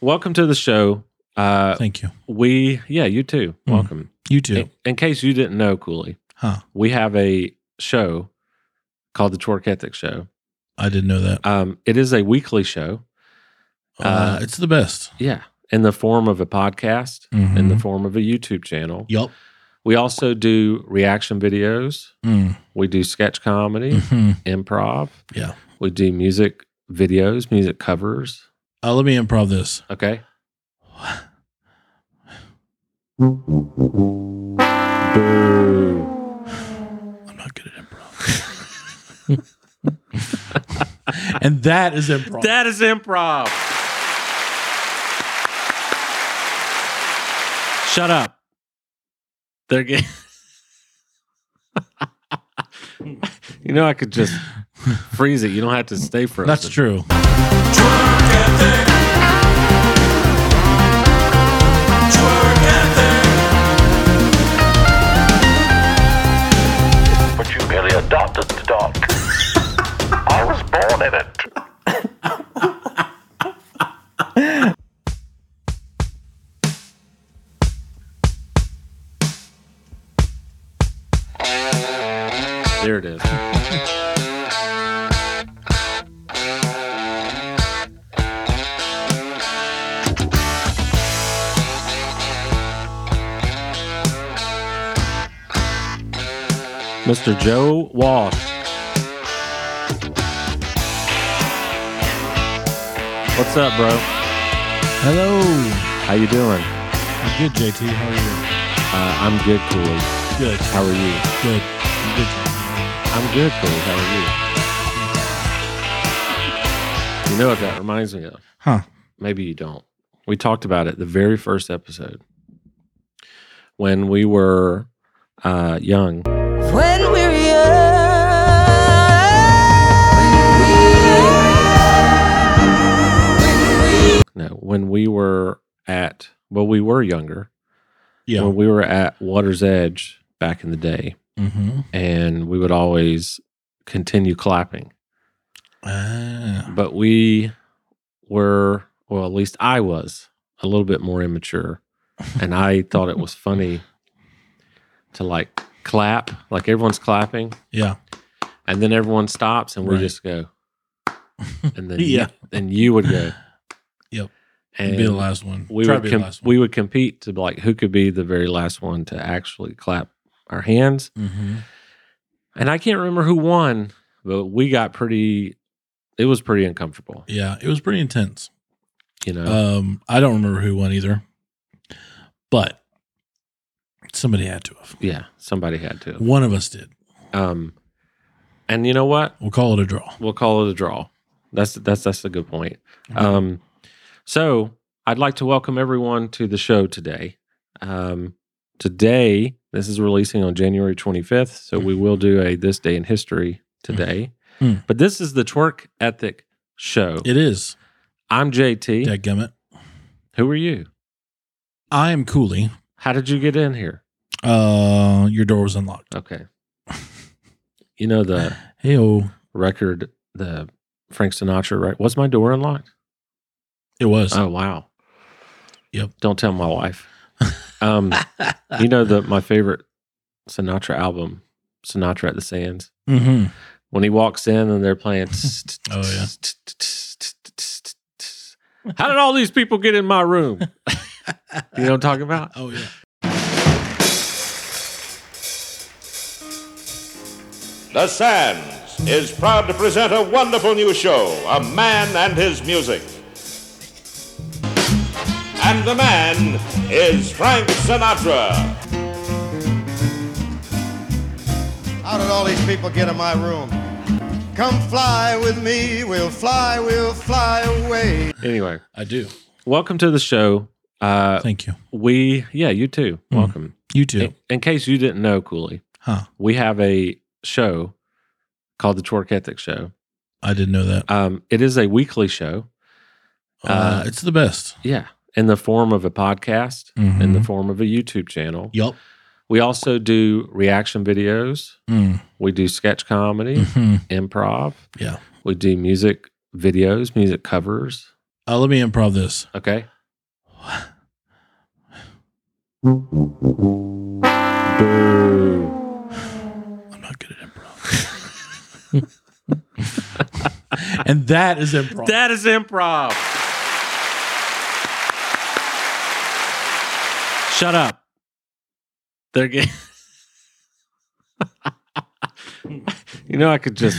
welcome to the show. Uh, Thank you. we yeah, you too. Mm. Welcome. You too. In, in case you didn't know, Cooley, Huh. we have a show called the Twerk Ethics Show. I didn't know that. Um, it is a weekly show. uh, Uh, it's the best. Yeah, in the form of a podcast, in the Mhm. form of a YouTube channel. Yup. We also do reaction videos. Mm. We do sketch comedy, Mhm. improv. Yeah. We do music videos, music covers. Uh, let me improv this. Okay. I'm not good at improv. and that is improv. That is improv. Shut up. They're getting. you know, I could just freeze it. You don't have to stay frozen. That's true. but you merely adopted the dog. I was born in it. There it is. Mr. Joe Walsh. What's up, bro? Hello. How you doing? I'm good, JT. How Uh, I'm good, Cooley. are you? Good. How are you? Good. I'm good. JT. I'm good, Cooley. How are you? You know what that reminds me of? Huh. maybe you don't. We talked about it the very first episode when we were uh, young. When we're young. No, when we were at well, we were younger Yeah. when we were at Water's Edge back in the day, Mm-hmm. and we would always continue clapping. Ah. But we were, well, at least I was a little bit more immature, and I thought it was funny to like clap, like everyone's clapping, Yeah. and then everyone stops and we Right. just go and then Yeah. yeah then you would go Yep. and be the last one. we Try to would be com- the last one. we would compete to like who could be the very last one to actually clap our hands mm-hmm. and i can't remember who won but we got pretty it was pretty uncomfortable Yeah. It was pretty intense. you know Um, I don't remember who won either, but somebody had to have. yeah somebody had to One of us did. um and you know what We'll call it a draw. we'll call it a draw that's that's that's a good point Um, so I'd like to welcome everyone to the show today. Um, today, this is releasing on January 25th, so we will do a This Day in History today. Mm. But this is the Twerk Ethic Show. it is. I'm JT. Dadgummit. Who are you? I am Cooley. How did you get in here? Uh, your door was unlocked. Okay. you know the Hey, oh, record, the Frank Sinatra record. Was my door unlocked? it was. Oh wow. Yep. Don't tell my wife. Um, you know the my favorite Sinatra album, Sinatra at the Sands. mm-hmm. When he walks in and they're playing. Oh, yeah. How did all these people get in my room? you know what I'm talking about? Oh yeah. The Sands is proud to present a wonderful new show, A Man and His Music. And the man is Frank Sinatra. How did all these people get in my room? Come fly with me, we'll fly, we'll fly away. Anyway, I do. welcome to the show. Uh, Thank you. we yeah, you too. Hmm. Welcome. You too. In, in case you didn't know, Cooley, Huh. we have a show called the Twerk Ethic Show. I didn't know that. Um, it is a weekly show. Uh, uh, it's the best. Yeah. In the form of a podcast, in the Mhm. form of a YouTube channel. Yup. We also do reaction videos. Mm. We do sketch comedy, hmm improv. Yeah. We do music videos, music covers. Uh, let me improv this. Okay. I'm not good at improv. and that is improv. That is improv. Shut up. They're getting. you know, I could just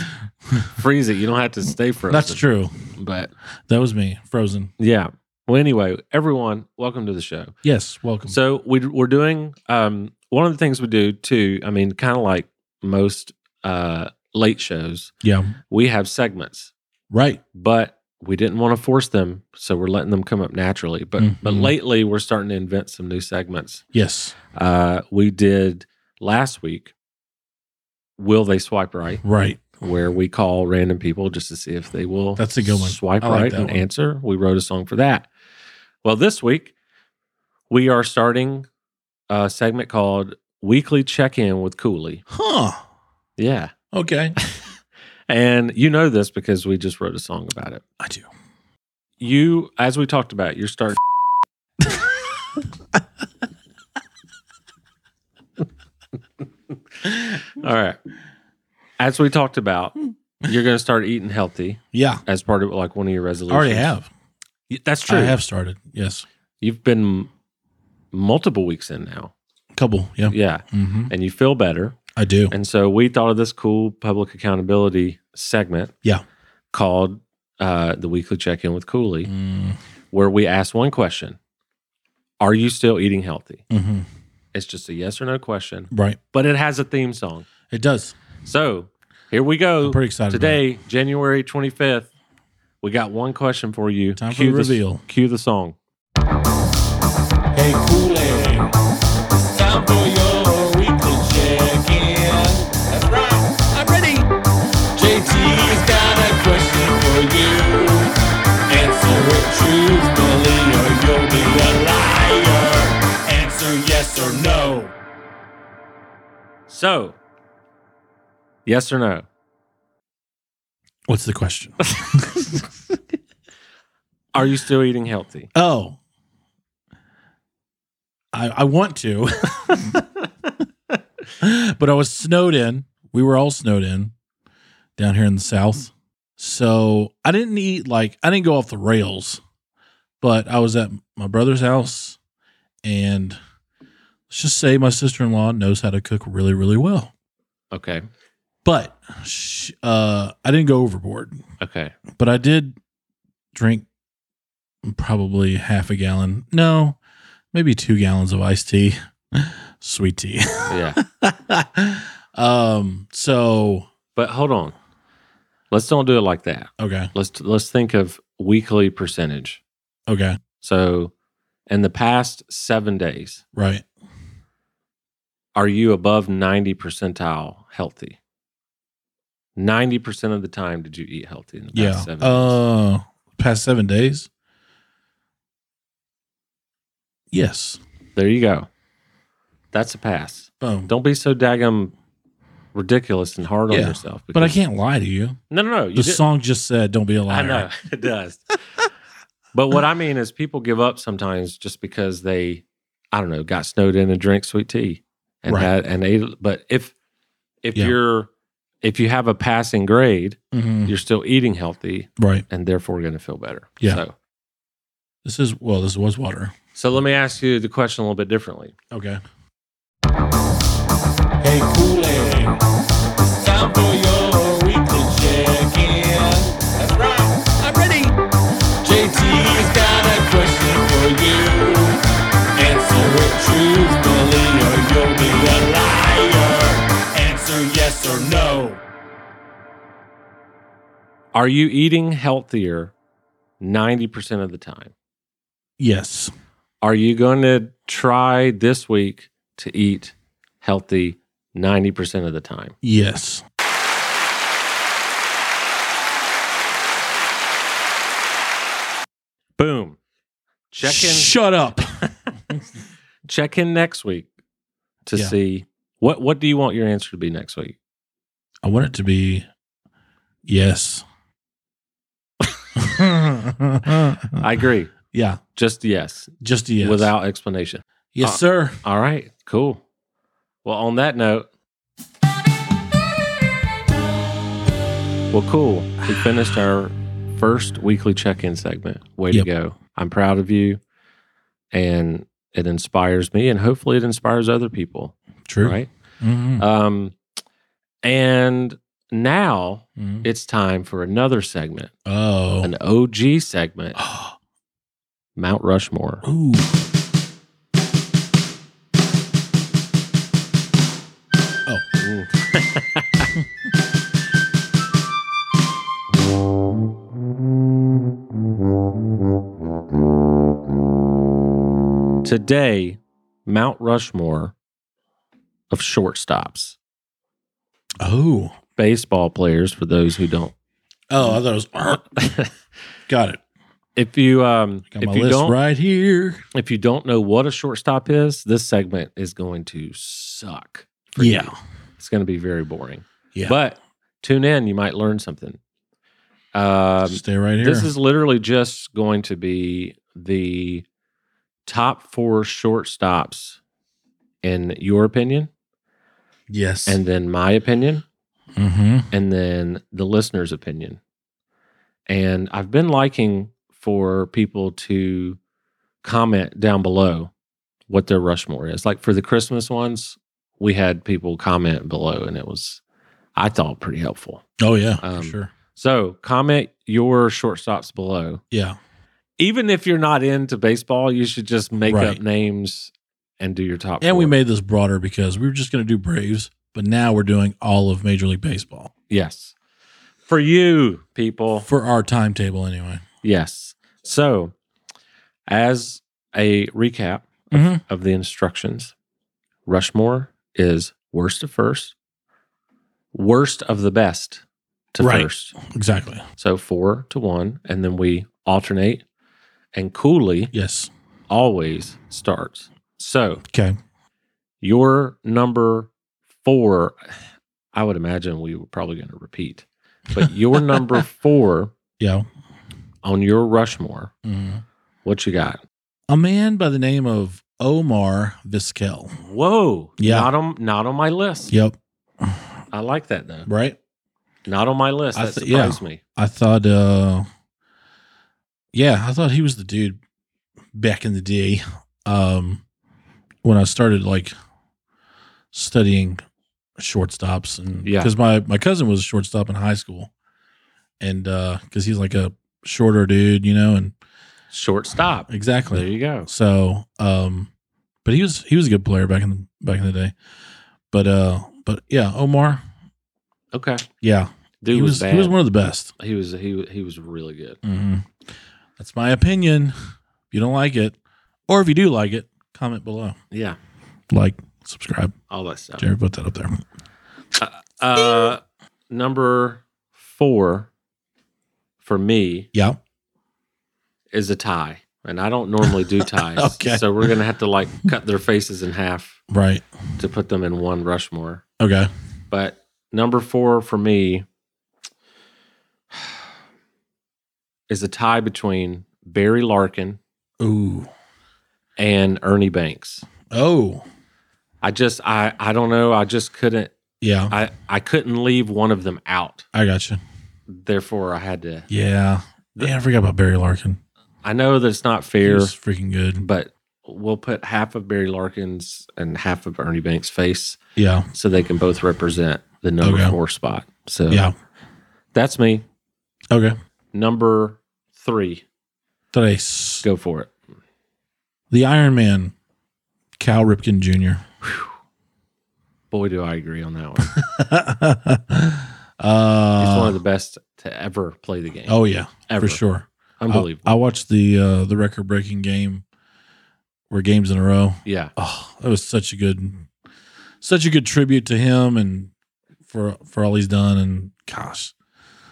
freeze it. You don't have to stay frozen. That's true. But That was me, Frozen. yeah. Well, anyway, everyone, welcome to the show. Yes, welcome. So we, we're doing um, one of the things we do too. I mean, kind of like most uh, late shows, yeah, we have segments right. but we didn't want to force them, so we're letting them come up naturally. But but Mhm. lately, we're starting to invent some new segments. Yes, Uh, we did last week. Will they swipe right? right. Where we call random people just to see if they will. That's a good one. Swipe I like right that and one. answer. We wrote a song for that. Well, this week we are starting a segment called Weekly Check In with Cooley. Huh. Yeah, Okay. and you know this because we just wrote a song about it. I do. You, as we talked about, you're starting. All right. As we talked about, you're going to start eating healthy Yeah, as part of like one of your I resolutions. already have. Y- That's true. I have started. Yes, You've been m- multiple weeks in now. couple. Yeah, Yeah. hmm And you feel better. I do. And so we thought of this cool public accountability segment. Yeah. Called uh, the weekly check in with Cooley, Mm, where we ask one question Are you still eating healthy? hmm It's just a yes or no question, Right. but it has a theme song. It does. So here we go. I'm pretty excited about Today, January 25th, we got one question for you. Time for Cue the reveal. Cue the song. Hey Kool-Aid, it's time for your weekly check-in. That's right, I'm ready. JT's got a question for you. Answer it truthfully or you'll be a liar. Answer yes or no. So, yes or no? What's the question? Are you still eating healthy? oh, I I want to, but I was snowed in. We were all snowed in down here in the south, so I didn't eat like I didn't go off the rails, but I was at my brother's house, and let's just say my sister in law knows how to cook really really well, Okay. but sh uh, I didn't go overboard. Okay. but I did drink probably half a gallon. No, maybe two gallons of iced tea, sweet tea. Yeah. um. So but hold on. Let's don't do it like that. okay, Let's let's think of weekly percentage. okay, So, in the past 7 days, right. are you above 90 percentile healthy? 90% of the time did you eat healthy in the past Yeah. seven days? Uh, past seven days. Yes. There you go. That's a pass. Boom. Don't be so daggum ridiculous and hard on Yeah, yourself. but I because- can't lie to you. No, no, no. You the did- song just said, "Don't be a liar." I know. It does. but what I mean is people give up sometimes just because they, I don't know, got snowed in and drank sweet tea and Right. had and ate. But if if Yeah. you're if you have a passing grade, Mhm. you're still eating healthy Right. and therefore going to feel better. Yeah. So, This is well. This was water. so let me ask you the question a little bit differently. Okay. Hey Kool-Aid, it's time for your weekly check-in. That's right, I'm ready. JT's got a question for you. Answer it truthfully or you'll be a liar. Answer yes or no. Are you eating healthier 90% of the time? Yes. Are you going to try this week to eat healthy 90% of the time? Yes. Boom. Check in Shut up. check in next week to Yeah. see what what do you want your answer to be next week? I want it to be yes. I agree. Yeah. Just yes, Just a yes. without explanation. Yes, uh, sir. All right, cool. Well, on that note, well, cool. We finished our first weekly check in segment. Way Yep. to go. I'm proud of you. And it inspires me, and hopefully, it inspires other people, True. right? Mhm. Um, and now Mhm. it's time for another segment, Oh. an OG segment, Mount Rushmore. Ooh. Today, Mount Rushmore of shortstops, Oh. baseball players for those who don't. Oh, I thought it was. Got it. If you um Got if my you list don't right here. if you don't know what a shortstop is, this segment is going to suck. for you. Yeah. It's going to be very boring. Yeah. But tune in, you might learn something. Um Stay right here. This is literally just going to be the top four shortstops in your opinion, yes. and then my opinion, hmm and then the listener's opinion. And I've been liking for people to comment down below what their Rushmore is. Like for the Christmas ones, we had people comment below, and it was, I thought, pretty helpful. Oh yeah. Um, for sure. So comment your shortstops below. Yeah. even if you're not into baseball, you should just make up Right. names and do your top. And we four. made this broader because we were just going to do Braves, but now we're doing all of Major League Baseball yes for you people. for our timetable anyway. Yes. So, as a recap Mhm. of the instructions, Rushmore is worst to first, worst of the best to Right. first. Exactly. So four to one, and then we alternate. And Cooley Yes. always starts. So Okay. Your number four, I would imagine we were probably going to repeat, but your number four Yeah. on your Rushmore, Mhm. what you got? A man by the name of Omar Vizquel. Whoa. Yeah. Not on, not on my list. Yep. I like that though. Right. Not on my list. I That th- yeah. surprised me. I thought. uh Yeah, I thought he was the dude back in the day. Um When I started like studying shortstops and Yeah. because my my cousin was a shortstop in high school, and uh because he's like a shorter dude, you know, and Shortstop. exactly There you go. So, um, but he was he was a good player back in the back in the day. But uh, but yeah, Omar, Okay. yeah, Dude he was, was, bad. he was one of the best. he was he was- he was really good. hmm That's my opinion. If you don't like it, or if you do like it, comment below, Yeah. like, subscribe. All that stuff. Jerry, put that up there. Uh number 4 for me Yeah, is a tie, and I don't normally do ties. Okay. So we're gonna have to like cut their faces in half right. to put them in one Rushmore. Okay. But number four for me is a tie between Barry Larkin Ooh. and Ernie Banks. Oh. I just I I don't know. I just couldn't Yeah, I I couldn't leave one of them out. I got you. Therefore, I had to. Yeah. Yeah, I forgot about Barry Larkin. I know that it's not He fair, was freaking good. but we'll put half of Barry Larkin's and half of Ernie Banks' face Yeah. so they can both represent the number Okay. four spot. So Yeah. that's me. Okay. Number three. Tres. Go for it. The Iron Man, Cal Ripken Jr. Boy, do I agree on that one. He's Uh, one of the best to ever play the game. oh yeah, Ever. for sure. I- Unbelievable. I, watched the uh, the record breaking game, where games in a row. yeah. Oh, that was such a good, such a good tribute to him and for for all he's done. And gosh,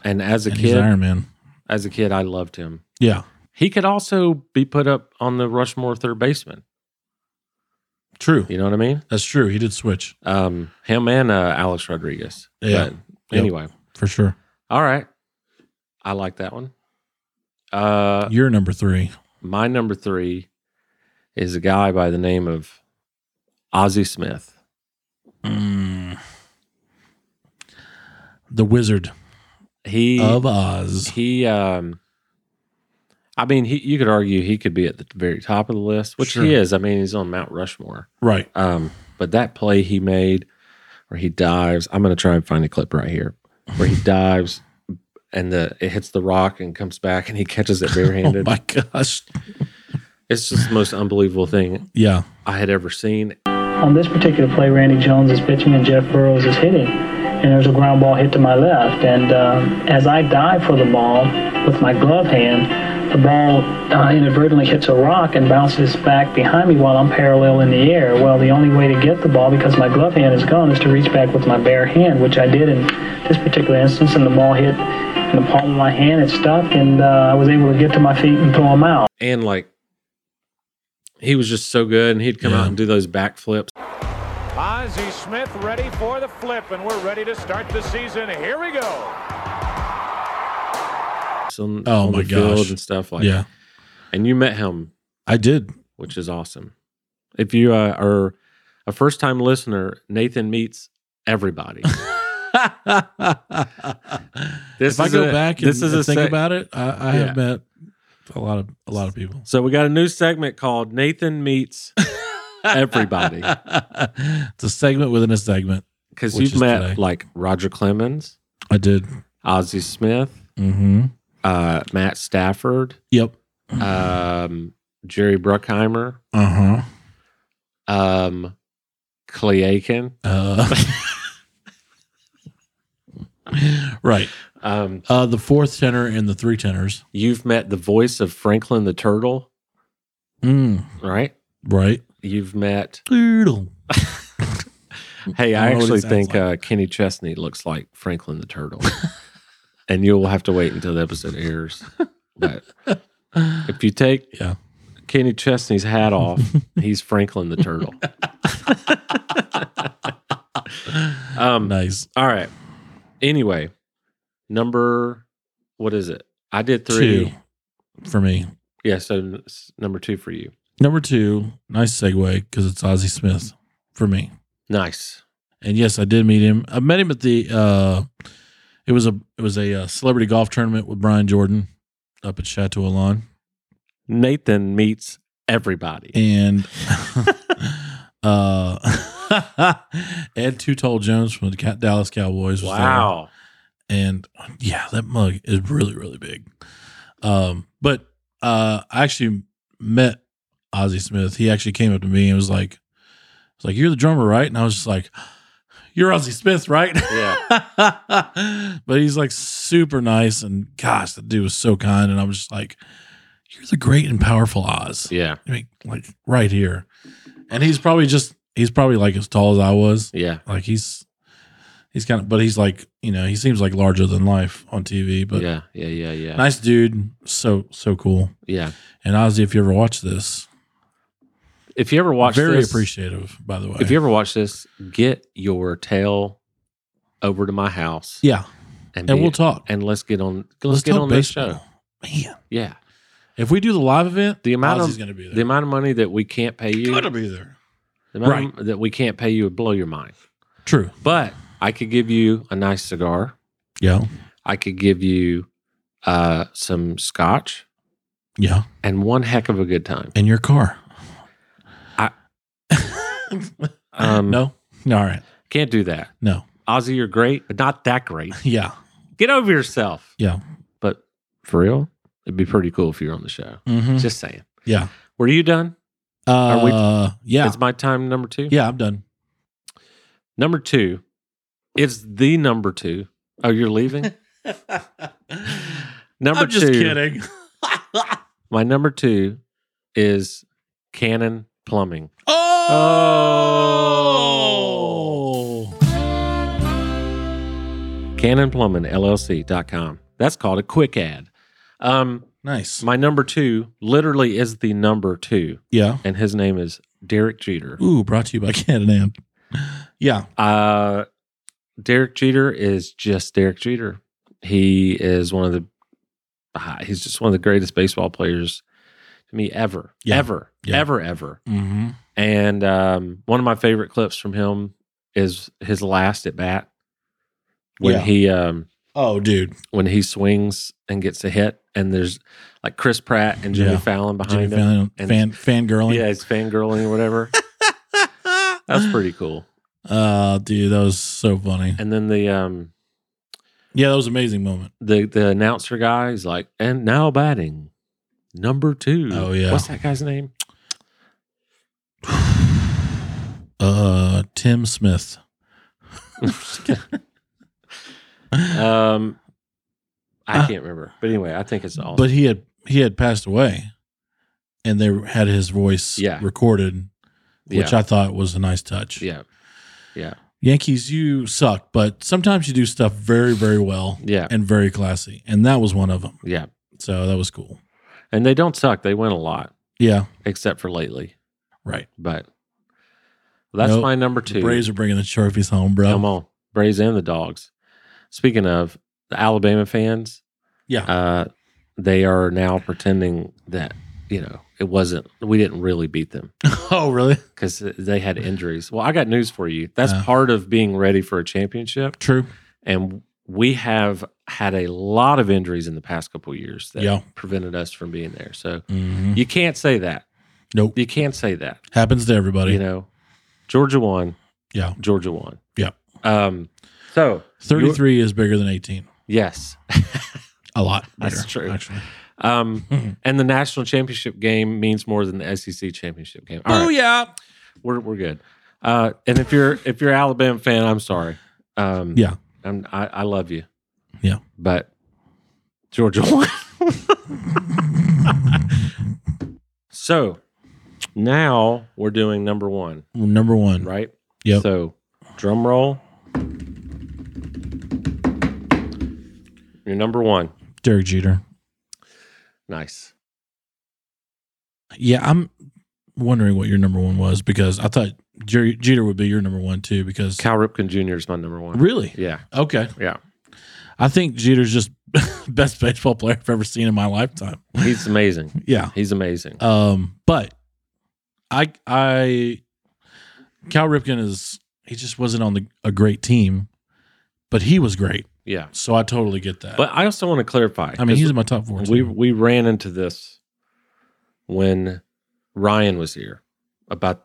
And as a and he's kid, Iron Man. as a kid, I loved him. Yeah, He could also be put up on the Rushmore third baseman. true. You know what I mean? That's true. He did switch Um, him and uh, Alex Rodriguez. Yeah. But anyway, for sure. all right. I like that one. Uh, You're number three. my number three is a guy by the name of Ozzy Smith. Mm. The Wizard He of Oz. he um I mean he you could argue he could be at the very top of the list, which Sure. he is. I mean he's on Mount Rushmore. Right. Um, but that play he made where he dives, I'm gonna try and find a clip right here where he dives and the it hits the rock and comes back and he catches it Oh barehanded. my gosh. it's just the most unbelievable thing Yeah. I had ever seen. On this particular play, Randy Jones is pitching and Jeff Burrows is hitting. And there's a ground ball hit to my left. And um, as I dive for the ball with my glove hand, the ball uh, inadvertently hits a rock and bounces back behind me while I'm parallel in the air. Well, the only way to get the ball, because my glove hand is gone, is to reach back with my bare hand, which I did in this particular instance. And the ball hit in the palm of my hand. It stuck, and uh, I was able to get to my feet and throw him out. And like he was just so good and he'd come Yeah. out and do those backflips. Ozzie Smith ready for the flip, and we're ready to start the season. Here we go. On, Oh on my the field gosh. and stuff like Yeah. And you met him I did. which is awesome. If you uh, are a first time listener, Nathan meets everybody. This if I is go a- back and, this is and a think sec- about it, I, I Yeah. have met a lot of a lot of people. so we got a new segment called Nathan Meets Everybody it's a segment within a segment. because Which you've is met today. like Roger Clemens, I did. Ozzie Smith, Mm-hmm. uh, Matt Stafford, Yep. um, Jerry Bruckheimer, Uh-huh. um, Clay Aiken. Uh Right. Um, Uh the fourth tenor and the three tenors. you've met the voice of Franklin the Turtle, Mm. right? Right. You've met Doodle. Hey, I I don't know what actually it sounds think like. uh, Kenny Chesney looks like Franklin the Turtle. and you'll have to wait until the episode airs. But if you take Yeah. Kenny Chesney's hat off, he's Franklin the Turtle. um, Nice. All right. Anyway, number, what is it? I did three. Two for me. Yeah, so n- s- number two for you. Number two, nice segue because it's Ozzy Smith for me. Nice. And yes, I did meet him. I met him at the uh it was a it was a uh, celebrity golf tournament with Brian Jordan up at Chateau Alon. Nathan meets everybody. and uh Ed Two Tall Jones from the Ca- Dallas Cowboys. Was wow. there. and yeah, that mug is really really big. Um, but uh, I actually met Ozzy Smith. He actually came up to me and was like, "Was like you're the drummer, right?" And I was just like, "You're Ozzy Smith, right?" Yeah. but he's like super nice, and gosh, the dude was so kind, and I was just like, "You're the great and powerful Oz." Yeah. I mean, like right here. And he's probably just he's probably like as tall as I was. Yeah. Like he's he's kind of but he's like, you know, he seems like larger than life on TV, but yeah. Yeah. Yeah. Yeah. nice dude, so so cool. Yeah. And Ozzy, if you ever watch this, If you ever watch very this, appreciative, by the way. if you ever watch this, get your tail over to my house. yeah, and be- we'll talk. And let's get on. Let's, Let's get talk on this show. baseball. Man, Yeah. if we do the live event, The amount Ozzy's of gonna be there. the amount of money that we can't pay you, gonna be there. the amount that we can't pay you would blow your mind. True. But I could give you a nice cigar. Yeah. I could give you uh, some scotch Yeah. and one heck of a good time. In your car. I- Um, no. No, all right. Can't do that. No. Ozzy, you're great, but not that great. Yeah. Get over yourself. Yeah. But for real, it'd be pretty cool if you were on the show. Mm-hmm. Just saying. Yeah. Were you done? Uh, we- yeah. It's my time number two. Yeah, I'm done. Number two. It's the number two. Oh, you're leaving? number I'm just two. kidding. My number two is Canon Plumbing. Oh! Canon Plumbing LLC.com. That's called a quick ad. Um, Nice. my number two literally is the number two, Yeah. and his name is Derek Jeter. Ooh, brought to you by Canada. Yeah. Uh, Derek Jeter is just Derek Jeter. He is one of the ah, he's just one of the greatest baseball players I mean, ever, Yeah. ever, Yeah. ever, ever. Mm-hmm. And um, one of my favorite clips from him is his last at bat when Yeah. he um, Oh, dude, when he swings and gets a hit, and there's like Chris Pratt and Jimmy Yeah. Fallon behind Jimmy him. Fallon, and- fan fangirling. Yeah, he's fangirling or whatever. That's pretty cool. Uh, dude, that was so funny. And then the um, Yeah, that was an amazing moment. the the announcer guy is like, and now batting number two. Oh, yeah. what's that guy's name? Uh, Tim Smith. Um, I Uh, can't remember, but anyway, I think it's awesome. But he had he had passed away, and they had his voice Yeah. recorded, which yeah, I thought was a nice touch. yeah, Yankees, you suck, but sometimes you do stuff very very well yeah, and very classy, and that was one of them. yeah. So that was cool. And they don't suck; they win a lot, Yeah, except for lately. right. But that's Nope. my number The two. Braves are bringing the trophies home, bro. Come on, Braves and the Dogs. Speaking of the Alabama fans, Yeah. uh, they are now pretending that you know it wasn't. We didn't really beat them. oh, really? because they had injuries. Well, I got news for you. That's Uh. part of being ready for a championship, True. and we have had a lot of injuries in the past couple of years that Yeah. prevented us from being there. So Mhm. you can't say that. Nope. You can't say that. Happens to everybody. You know, Georgia won. Yeah. Georgia won. Yeah. Um. So Thirty-three is bigger than eighteen. yes. A lot. That's bigger, true. Actually. Um. and the national championship game means more than the SEC championship game. All right. Oh yeah. we're we're good. Uh, and if you're if you're an Alabama fan, I'm sorry. Um, Yeah. I'm, I I love you. Yeah. but Georgia won. so now we're doing number one, Number one. right? Yep. So drum roll. You're number one. Derek Jeter. Nice. Yeah, I'm wondering what your number one was because I thought Jer- Jeter would be your number one too. Because Cal Ripken Jr. is my number one. really, Yeah, okay, yeah. I think Jeter's just best baseball player I've ever seen in my lifetime. He's amazing. Yeah. He's amazing. Um, but I, I, Cal Ripken is he just wasn't on the, a great team, but he was great. Yeah. So I totally get that. But I also want to clarify. I mean, 'cause he's in my top four. we too. we ran into this when Ryan was here about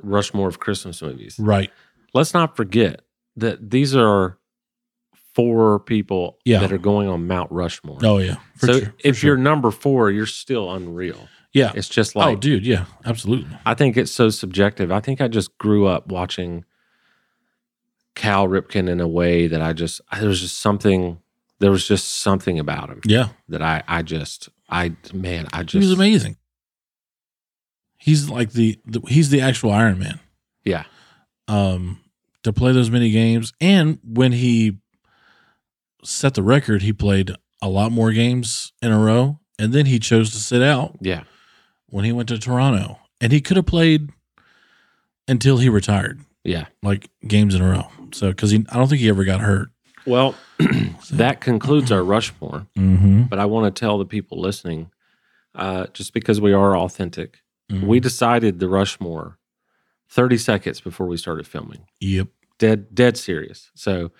Rushmore of Christmas movies. right. Let's not forget that these are four people Yeah. that are going on Mount Rushmore. Oh yeah. For so sure, for if sure. you're number four, you're still unreal. yeah. It's just Oh like dude, yeah, absolutely. I think it's so subjective. I think I just grew up watching Cal Ripken in a way that I just there was just something there was just something about him Yeah. that I I just I man I He just was amazing. He's like the, the he's the actual Iron Man. Yeah. Um, to play those many games, and when he set the record, he played a lot more games in a row, and then he chose to sit out Yeah. when he went to Toronto, and he could have played until he retired, Yeah. like games in a row. So because he, I don't think he ever got hurt. Well, that concludes our Rushmore, Mm-hmm. but I want to tell the people listening uh, just because we are authentic, Mm-hmm. we decided the Rushmore 30 seconds before we started filming. yep. Dead, dead serious. So,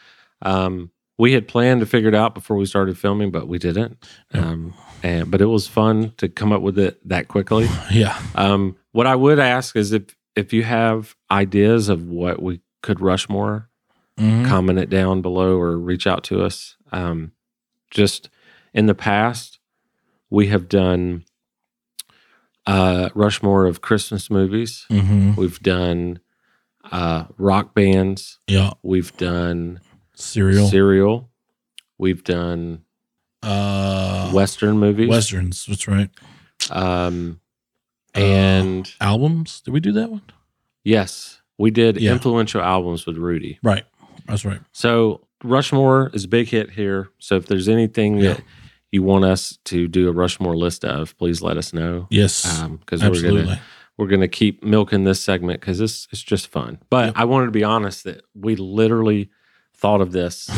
um, we had planned to figure it out before we started filming, but we didn't. Um, and but it was fun to come up with it that quickly. Yeah. Um, what I would ask is if if you have ideas of what we could Rushmore Mhm. comment it down below or reach out to us. Um, just in the past, we have done uh, Rushmore of Christmas movies. Mhm. We've done uh, rock bands. Yeah. We've done Cereal. cereal. We've done uh, Western movies. Westerns. That's right. Um, Oh. and albums. Did we do that one? yes, we did Yeah. influential albums with Rudy. Right. That's right. So Rushmore is a big hit here. So if there's anything Yeah. that you want us to do a Rushmore list of, please let us know. Yes. Because we're absolutely. gonna we're gonna keep milking this segment because this it's just fun. But I wanted to be honest that we literally thought of this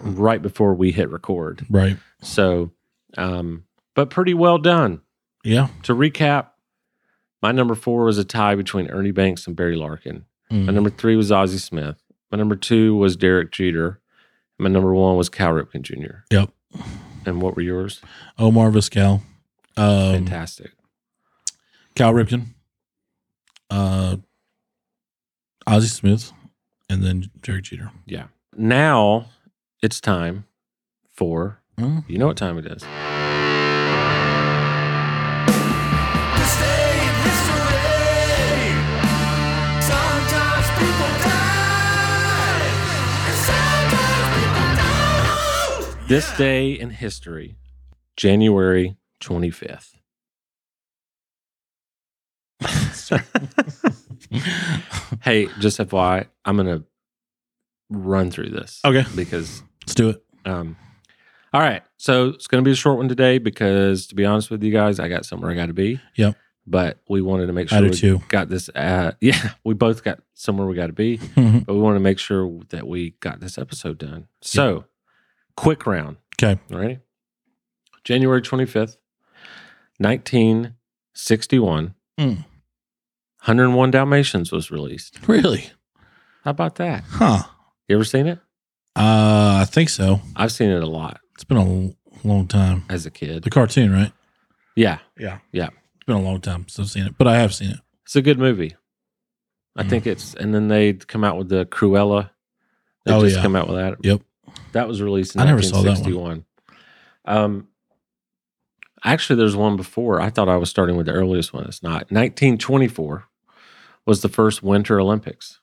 right before we hit record. right. So, um, but pretty well done. Yeah. To recap, my number four was a tie between Ernie Banks and Barry Larkin. Mm. Mm-hmm. My number three was Ozzie Smith. My number two was Derek Jeter. My number one was Cal Ripken Jr. Yep. And what were yours? Omar Vizquel. Um, Fantastic. Cal Ripken, uh, Ozzie Smith, and then Derek Jeter. Yeah. Now it's time for Mm. you know what time it is. This day in history, January 25th. hey, just FYI, I'm going to run through this. Okay. Because Let's do it. um, all right. So it's going to be a short one today because, to be honest with you guys, I got somewhere I got to be. Yep. But we wanted to make I sure do we too. got this. Uh, yeah, we both got somewhere we got to be, but we want to make sure that we got this episode done. So, quick round. Okay. All right. January 25th, 1961. Mm. 101 Dalmatians was released. Really? How about that? Huh. You ever seen it? Uh, I think so. I've seen it a lot It's been a l- long time. as a kid. The cartoon, right? Yeah. Yeah. Yeah. It's been a long time since I've seen it, but I have seen it. It's a good movie. I Mm. think it's, and then they come out with the Cruella. They Oh, just yeah. come out with that. Yep. That was released in I never saw that 1961. one. Um, actually, there's one before. I thought I was starting with the earliest one. It's not. 1924 was the first Winter Olympics.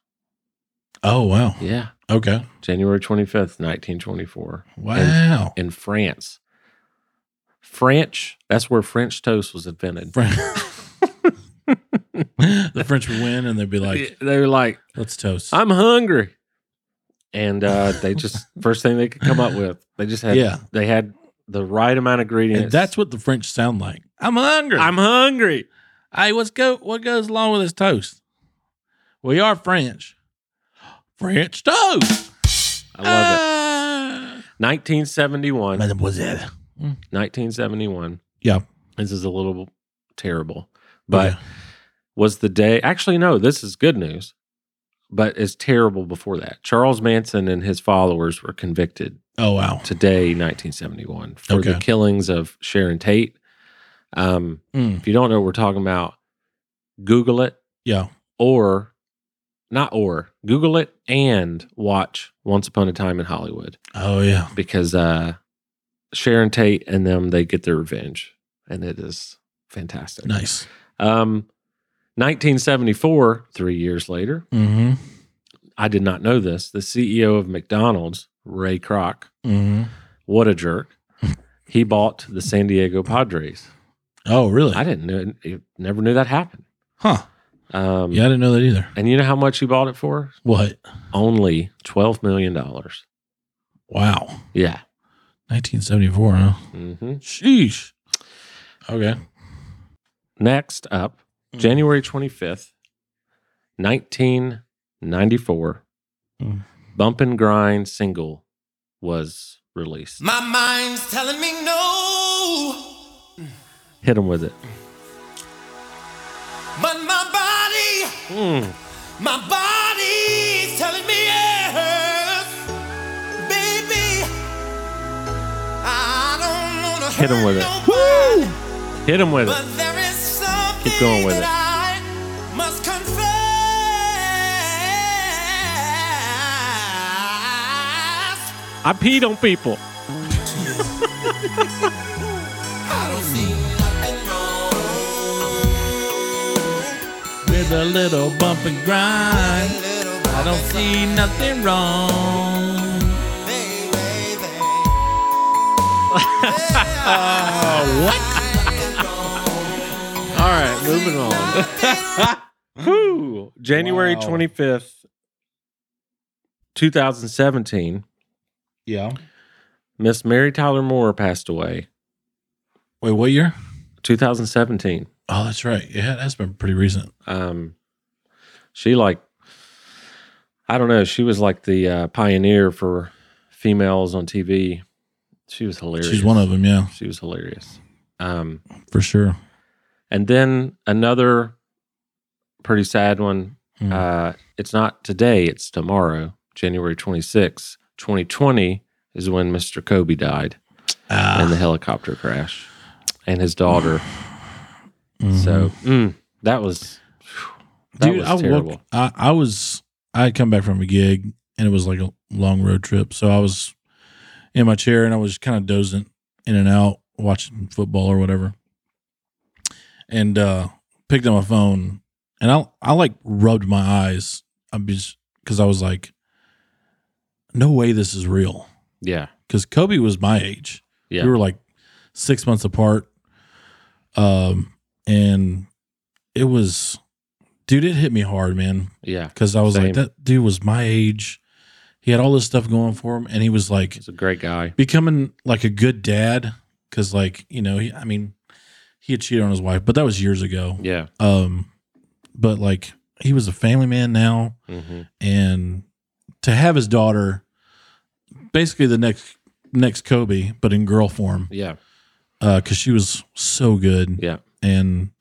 Oh, wow. Yeah. Okay. January 25th, 1924, Wow. in France. French, that's where French toast was invented. Fran- the French would win and they'd be like, they were like, let's toast. I'm hungry. And uh, they just first thing they could come up with. They just had Yeah. they had the right amount of ingredients. And that's what the French sound like. I'm hungry. I'm hungry. hey, what's go? What goes along with this toast? We are French. French toast. I love it. Ah. 1971. Mademoiselle. 1971. Yeah. This is a little terrible. But was the day actually no, this is good news. But it's terrible before that. Charles Manson and his followers were convicted oh wow. today, 1971, for the Okay. killings of Sharon Tate. Um, Mm, If you don't know what we're talking about, Google it yeah. or not or Google it and watch Once Upon a Time in Hollywood Oh yeah. because uh, Sharon Tate and them they get their revenge and it is fantastic. Nice. Um, 1974, three years later, Mm-hmm. I did not know this. The CEO of McDonald's, Ray Kroc, Mm-hmm. what a jerk. He bought the San Diego Padres. Oh really? I didn't know, it- never knew that happened. huh. Um, Yeah, I didn't know that either. And you know how much he bought it for? What? Only twelve million dollars. Wow. Yeah. 1974. Huh. hmm Sheesh. Okay. Next up, Mm. January twenty fifth, nineteen ninety four, Mm. "Bump and Grind" single was Mm. released. My mind's telling me no, Hit him with it. but my body, Hmm. my body's telling me yes, baby. I don't wanna Hit 'em with it. hurt nobody, Hit him with it. But there is something going with that I must confess. I peed on people. I don't see nothing wrong. With a little bump and grind, I don't see nothing wrong. All right, moving on. Whew. January Wow. twenty fifth, two thousand seventeen. Yeah. Miss Mary Tyler Moore passed away. Wait, what year? 2017. Oh, that's right. Yeah, that's been pretty recent. Um, she like, I don't know. She was like the uh, pioneer for females on TV. She was hilarious. She's one of them. Yeah, She was hilarious. Um, for sure. And then another pretty sad one. Hmm. Uh, it's not today, it's tomorrow, January 26, 2020, is when Mr. Kobe died Ah. in the helicopter crash and his daughter. So mm, that was, that Hmm. dude, was I terrible. woke. I, I was. I had come back from a gig, and it was like a long road trip. So I was in my chair, and I was kind of dozing in and out, watching football or whatever. And uh picked up my phone, and I I like rubbed my eyes. I'm just because I was like, no way this is real. yeah. Because Kobe was my age. Yeah. We were like six months apart. Um, and it was, dude, it hit me hard, man. yeah. Cause I was like, Same. that dude was my age. He had all this stuff going for him. And he was like He's a great guy. becoming like a good dad. Cause like, you know, he, I mean, he had cheated on his wife, but that was years ago. Yeah. Um, but like he was a family man now hmm and to have his daughter basically the next, next Kobe, but in girl form Yeah. because she was so good. Yeah. And,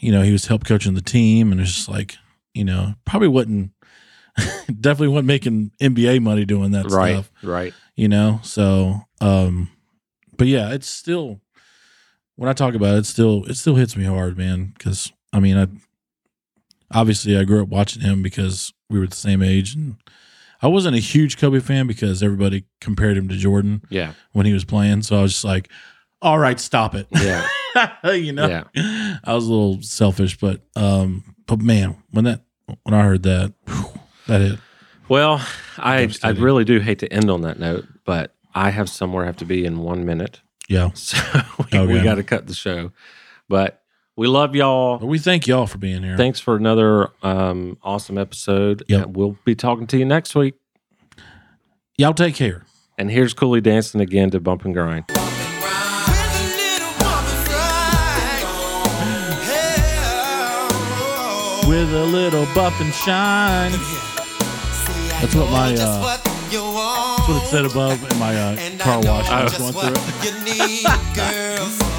you know, he was help coaching the team and it's just like, you know, probably wasn't, definitely wasn't making NBA money doing that right. stuff, Right. you know? So, um, but yeah, it's still, when I talk about it, it still, it still hits me hard, man. Cause I mean, I, obviously I grew up watching him because we were the same age and I wasn't a huge Kobe fan because everybody compared him to Jordan Yeah. when he was playing. So I was just like, all right, stop it. Yeah. you know, Yeah. I was a little selfish, but, um, but man, when that, when I heard that, whew, that hit. Well, I I Devastating. really do hate to end on that note, but I have somewhere I have to be in one minute, Yeah. so we, we Okay. Oh, got to cut the show. But we love But y'all. we thank y'all for being here. Thanks for another um, awesome episode. Yep. And We'll be talking to you next week. y'all take care. And here's Cooley dancing again to Bump and Grind. With a little buff and shine. That's what my, uh, that's what it said above in my uh, car wash. I just went through it. You need girls.